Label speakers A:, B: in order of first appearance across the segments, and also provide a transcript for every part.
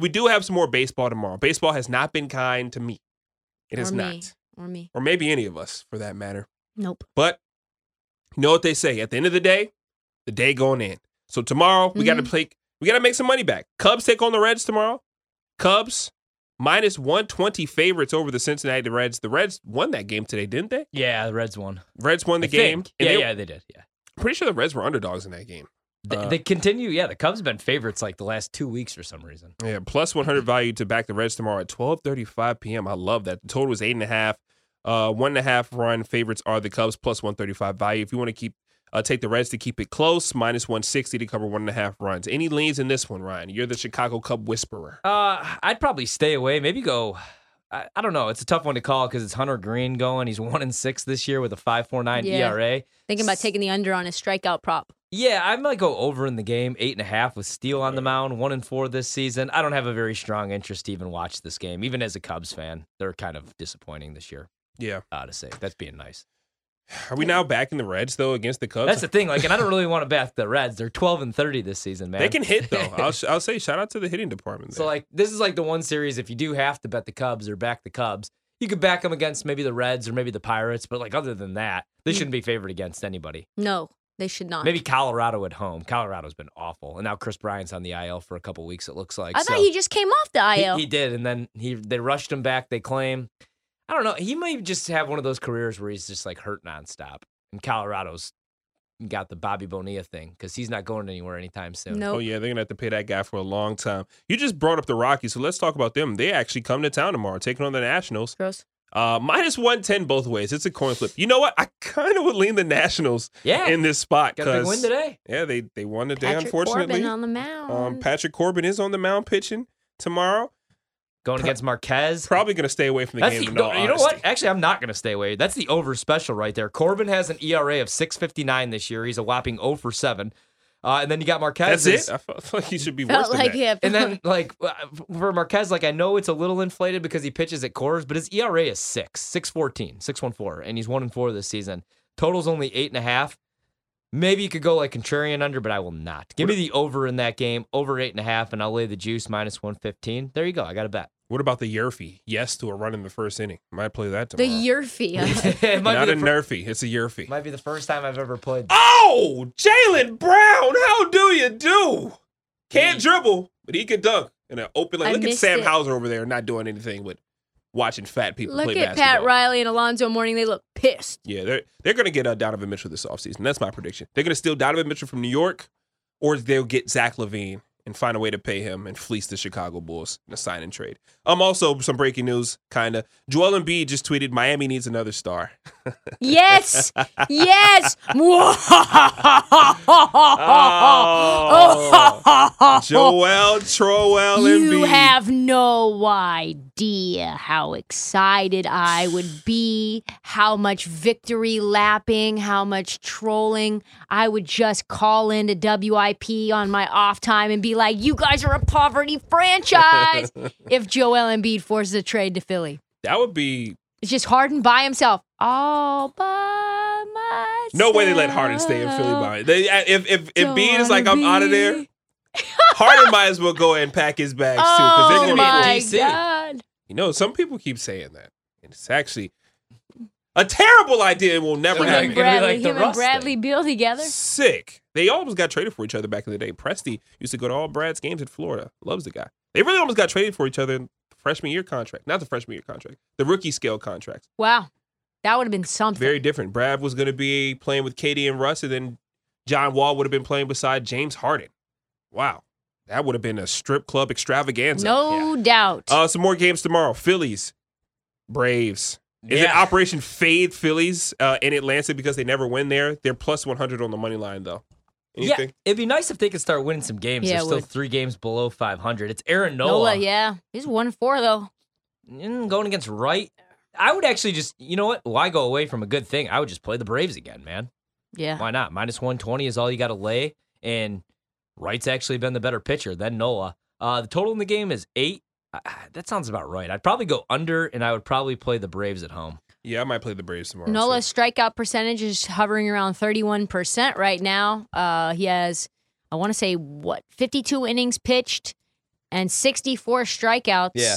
A: We do have some more baseball tomorrow. Baseball has not been kind to me. It
B: or
A: has
B: me.
A: not.
B: Or me.
A: Or maybe any of us for that matter.
B: Nope.
A: But you know what they say? At the end of the day, the day going in. So tomorrow we
C: Mm-hmm.
A: got to play. We got to make some money back. Cubs take on the Reds tomorrow. Cubs minus one twenty favorites over the Cincinnati the Reds. The Reds won that game today, didn't they?
C: Yeah, the Reds won
A: Reds won the
C: I
A: game.
C: think.
A: and
C: Yeah,
A: they-
C: yeah, they did. Yeah,
A: Pretty sure the Reds were underdogs in that game.
C: they,
A: Uh,
C: they continue. Yeah, the Cubs have been favorites like the last two weeks for some reason.
A: Yeah, plus one hundred value to back the Reds tomorrow at twelve thirty five p.m. I love that. The total is eight and a half. Uh, one and a half run favorites are the Cubs plus one thirty five value. If you want to keep uh, take the Reds to keep it close, minus one sixty to cover one and a half runs. Any leans in this one, Ryan? You're the Chicago Cub whisperer.
C: Uh, I'd probably stay away. Maybe go. I, I don't know. It's a tough one to call because it's Hunter Green going. He's one and six this year with a five four nine
B: Yeah.
C: ERA.
B: Thinking about taking the under on his strikeout prop.
C: Yeah, I might go over in the game, eight and a half with Steele on the mound, one and four this season. I don't have a very strong interest to even watch this game, even as a Cubs fan. They're kind of disappointing this year,
A: Yeah.
C: uh, to say. That's being nice.
A: Are we now backing the Reds though against the Cubs?
C: That's the thing. Like, and I don't really want to back the Reds. They're twelve and thirty this season, man.
A: they can hit though. I'll, sh- I'll say shout out to the hitting department. There.
C: So like this is like the one series if you do have to bet the Cubs or back the Cubs, you could back them against maybe the Reds or maybe the Pirates, but like other than that, they shouldn't be favored against anybody.
B: No, they should Mm. not.
C: Maybe Colorado at home. Colorado's been awful, and now Chris Bryant's on the IL for a couple weeks. It looks like
B: I
C: so
B: thought he just came off the
C: he-
B: IL.
C: He, did, and then he they rushed him back. They claim I don't know. He might just have one of those careers where he's just like hurt nonstop, and Colorado's got the Bobby Bonilla thing because he's not going anywhere anytime soon.
B: no.
A: Oh yeah, they're gonna have to pay that guy for a long time. You just brought up the Rockies, so let's talk about them. They actually come to town tomorrow, taking on the Nationals.
B: Gross.
A: Uh, minus one ten both ways. It's a coin flip. You know what? I kind of would lean the Nationals
C: Yeah,
A: in this spot
C: got a big win
A: because
C: today.
A: yeah, they they won today.
B: Patrick
A: unfortunately,
B: Corbin on the mound.
A: um, Patrick Corbin is on the mound pitching tomorrow.
C: Going against Marquez.
A: Probably going to stay away from the
C: That's
A: game.
C: the,
A: in all
C: you know what?
A: honesty.
C: Actually, I'm not going to stay away. That's the over special right there. Corbin has an ERA of 6.59 this year. He's a whopping 0 for 7. Uh, and then you got Marquez.
A: That's it. I felt like he should be worse
B: Felt
A: than
B: like
A: that.
B: yeah.
C: And then, like uh, for Marquez, like I know it's a little inflated because he pitches at cores, but his ERA is six, six fourteen, six one four, and he's one and four this season. Total's only eight and a half. Maybe you could go like contrarian under, but I will not. Give me the over in that game, over eight and a half, and I'll lay the juice minus one fifteen. There you go. I got a bet.
A: What about the Yerfy? Yes to a run in the first inning. Might play that
B: the
A: tomorrow.
B: Yerfia.
C: it might
A: Not
C: be
A: a
C: the fir-
A: Nerfy. It's a Yerfy.
C: might be the first time I've ever played.
A: Oh, Jalen Brown, how do you do? Can't dribble, but he can dunk. And an open
B: Mm. I
A: like, look at
B: missed
A: Sam
B: it.
A: Hauser over there, not doing anything but watching fat people
B: Look
A: play
B: at
A: basketball.
B: Pat Riley and Alonzo Mourning. They look pissed.
A: Yeah, they're they're gonna get uh, Donovan Mitchell this offseason. That's my prediction. They're gonna steal Donovan Mitchell from New York, or they'll get Zach Levine and find a way to pay him and fleece the Chicago Bulls in a sign and trade. Um, also some breaking news, kinda. Joel Embiid just tweeted Miami needs another star.
B: Yes, yes.
A: Oh,
B: Oh.
A: Joel Troel
B: you
A: Embiid.
B: have no idea how excited I would be, how much victory lapping, how much trolling. I would just call into WIP on my off time and be like, you guys are a poverty franchise if Joel Embiid forces a trade to Philly.
A: That would be
B: It's just Harden by himself. All by myself.
A: no way they let Harden stay in Philly. By they, if if if
B: Don't
A: Embiid is like
B: wanna
A: I'm out of there,
B: be-
A: Harden might as well go and pack his bags too because
B: Oh
A: they're going to.
B: my
C: DC.
B: God.
A: You know, some people keep saying that, and it's actually a terrible idea. and will never
C: Him
B: Him
C: and
B: and
A: happen.
C: Brad-
B: Bradley,
C: like the
B: him and
C: Rust
B: Bradley
C: thing.
B: Beal together.
A: Sick. They almost got traded for each other back in the day. Presty used to go to all Brad's games in Florida. Loves the guy. They really almost got traded for each other in the freshman year contract. Not the freshman year contract. The rookie scale contract.
B: Wow. That would have been something.
A: very different. Brad was going to be playing with Katie and Russ, and then John Wall would have been playing beside James Harden. Wow, that would have been a strip club extravaganza.
B: no doubt.
A: Uh, some more games tomorrow. Phillies, Braves. Is it
C: Yeah.
A: Operation Fade Phillies uh, in Atlanta because they never win there? They're plus one hundred on the money line though. Anything?
C: Yeah, it'd be nice if they could start winning some games.
B: Yeah,
C: They're
B: it
C: still
B: would.
C: three games below 500. It's Aaron Nola,
B: Nola. yeah. He's one four though.
C: Mm, going against Wright. I would actually just, you know what? Why go away from a good thing? I would just play the Braves again, man.
B: Yeah.
C: Why not? Minus 120 is all you got to lay, and Wright's actually been the better pitcher than Nola. Uh, the total in the game is eight. Uh, that sounds about right. I'd probably go under, and I would probably play the Braves at home.
A: Yeah, I might play the Braves tomorrow.
B: Nola's
A: too.
B: strikeout percentage is hovering around 31% right now. Uh, he has, I want to say, what, 52 innings pitched, and 64 strikeouts.
C: Yeah.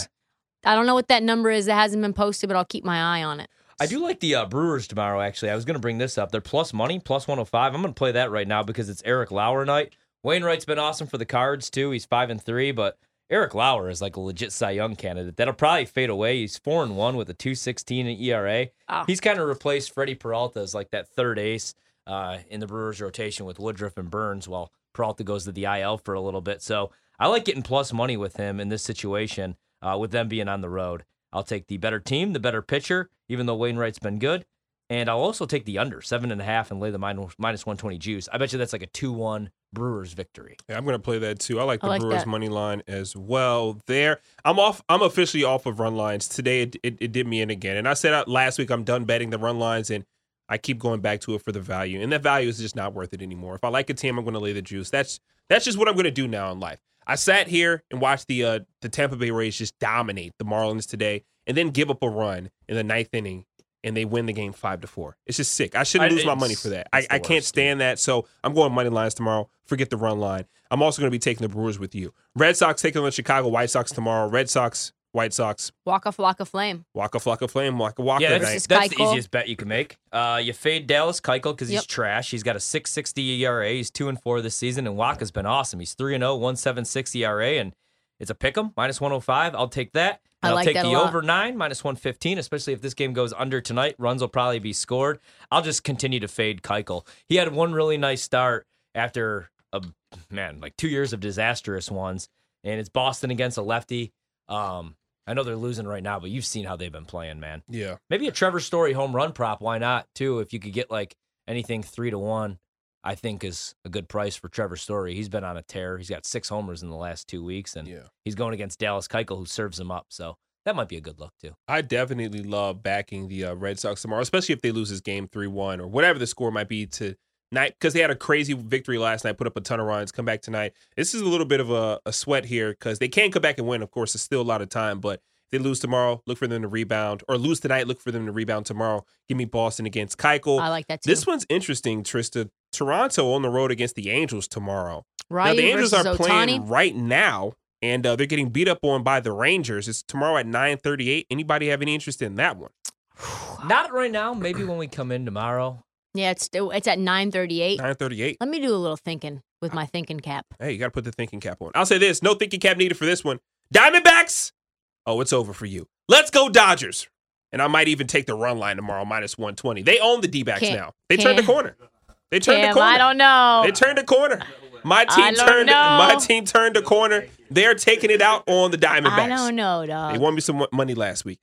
B: I don't know what that number is that hasn't been posted, but I'll keep my eye on it.
C: I do like the uh, Brewers tomorrow, actually. I was going to bring this up. They're plus money, plus 105. I'm going to play that right now because it's Eric Lauer night. Wainwright's been awesome for the cards, too. He's 5 and 3, but Eric Lauer is like a legit Cy Young candidate. That'll probably fade away. He's 4 and 1 with a 216 in ERA.
B: Ah.
C: He's kind of replaced Freddie Peralta as like that third ace uh, in the Brewers rotation with Woodruff and Burns while Peralta goes to the IL for a little bit. So I like getting plus money with him in this situation uh, with them being on the road. I'll take the better team, the better pitcher, even though Wainwright's been good. And I'll also take the under seven and a half and lay the minus, minus 120 juice. I bet you that's like a 2 1 Brewers victory.
A: Yeah, I'm gonna play that too. I like
B: I
A: the
B: like
A: Brewers
B: that.
A: money line as well. There, I'm off. I'm officially off of run lines today. It, it, it did me in again, and I said out last week I'm done betting the run lines, and I keep going back to it for the value, and that value is just not worth it anymore. If I like a team, I'm gonna lay the juice. That's that's just what I'm gonna do now in life. I sat here and watched the uh, the Tampa Bay Rays just dominate the Marlins today, and then give up a run in the ninth inning, and they win the game five to four. It's just sick. I shouldn't
C: I-
A: lose my
C: it's-
A: money for that. I,
C: it's the
A: I can't
C: worst, dude.
A: stand that. So I'm going money lines tomorrow. Forget the run line. I'm also going to be taking the Brewers with you. Red Sox taking on the Chicago White Sox tomorrow. Red Sox, White Sox,
B: Walk off, walk of flame.
A: Waka Flocka Flame, Waka Waka.
C: Yeah,
A: tonight.
C: that's,
B: Is
C: that's the
B: Keuchel?
C: easiest bet you can make. Uh, you fade Dallas Keuchel because he's
B: Yep.
C: trash. He's got a 660 ERA. He's 2 and 4 this season, and Waka's been awesome. He's 3 and oh, 0, 176 ERA, and it's E a pick 'em, minus 105. I'll take that.
B: I
C: And I'll
B: like
C: take
B: that a
C: the
B: lot.
C: over 9, minus 115, especially if this game goes under tonight. Runs will probably be scored. I'll just continue to fade Keuchel. He had one really nice start after, a, man, like two years of disastrous ones, and it's Boston against a lefty. Um, I know they're losing right now, but you've seen how they've been playing, man.
A: yeah.
C: Maybe a Trevor Story home run prop. Why not too? If you could get like anything three to one, I think is a good price for Trevor Story. He's been on a tear. He's got six homers in the last two weeks, and
A: Yeah.
C: he's going against Dallas Keuchel, who serves him up. So that might be a good look too.
A: I definitely love backing the uh, Red Sox tomorrow, especially if they lose this game 3 1 or whatever the score might be tonight, because they had a crazy victory last night, put up a ton of runs, come back tonight. This is a little bit of a, a sweat here because they can come back and win. Of course, there's still a lot of time, but if they lose tomorrow, look for them to rebound, or lose tonight, look for them to rebound tomorrow. Give me Boston against Keuchel.
B: I like that too.
A: This one's interesting, Trista. Toronto on the road against the Angels tomorrow.
B: Ryu
A: now, the Angels
B: versus
A: are
B: Otani.
A: playing right now, and uh, they're getting beat up on by the Rangers. It's tomorrow at 9.38. Anybody have any interest in that one?
C: Not right now. Maybe when we come in tomorrow.
B: Yeah, it's it's at 9:38.
A: 9.38.
B: Let me do a little thinking
A: Uh,
B: with my thinking cap.
A: Hey, you got to put the thinking cap on. I'll say this. No thinking cap needed for this one. Diamondbacks? Oh, it's over for you. Let's go Dodgers. And I might even take the run line tomorrow, minus 120. They own the D-backs
B: Can't-
A: now. They turned the
B: can't-
A: corner. They turned the
B: Damn,
A: corner.
B: I don't know.
A: They turned a corner. My
B: I
A: team
B: don't
A: turned.
B: know.
A: My team turned a corner. They're taking it out on the Diamondbacks.
B: I don't know,
A: They
B: dog.
A: won me some mo- money last week.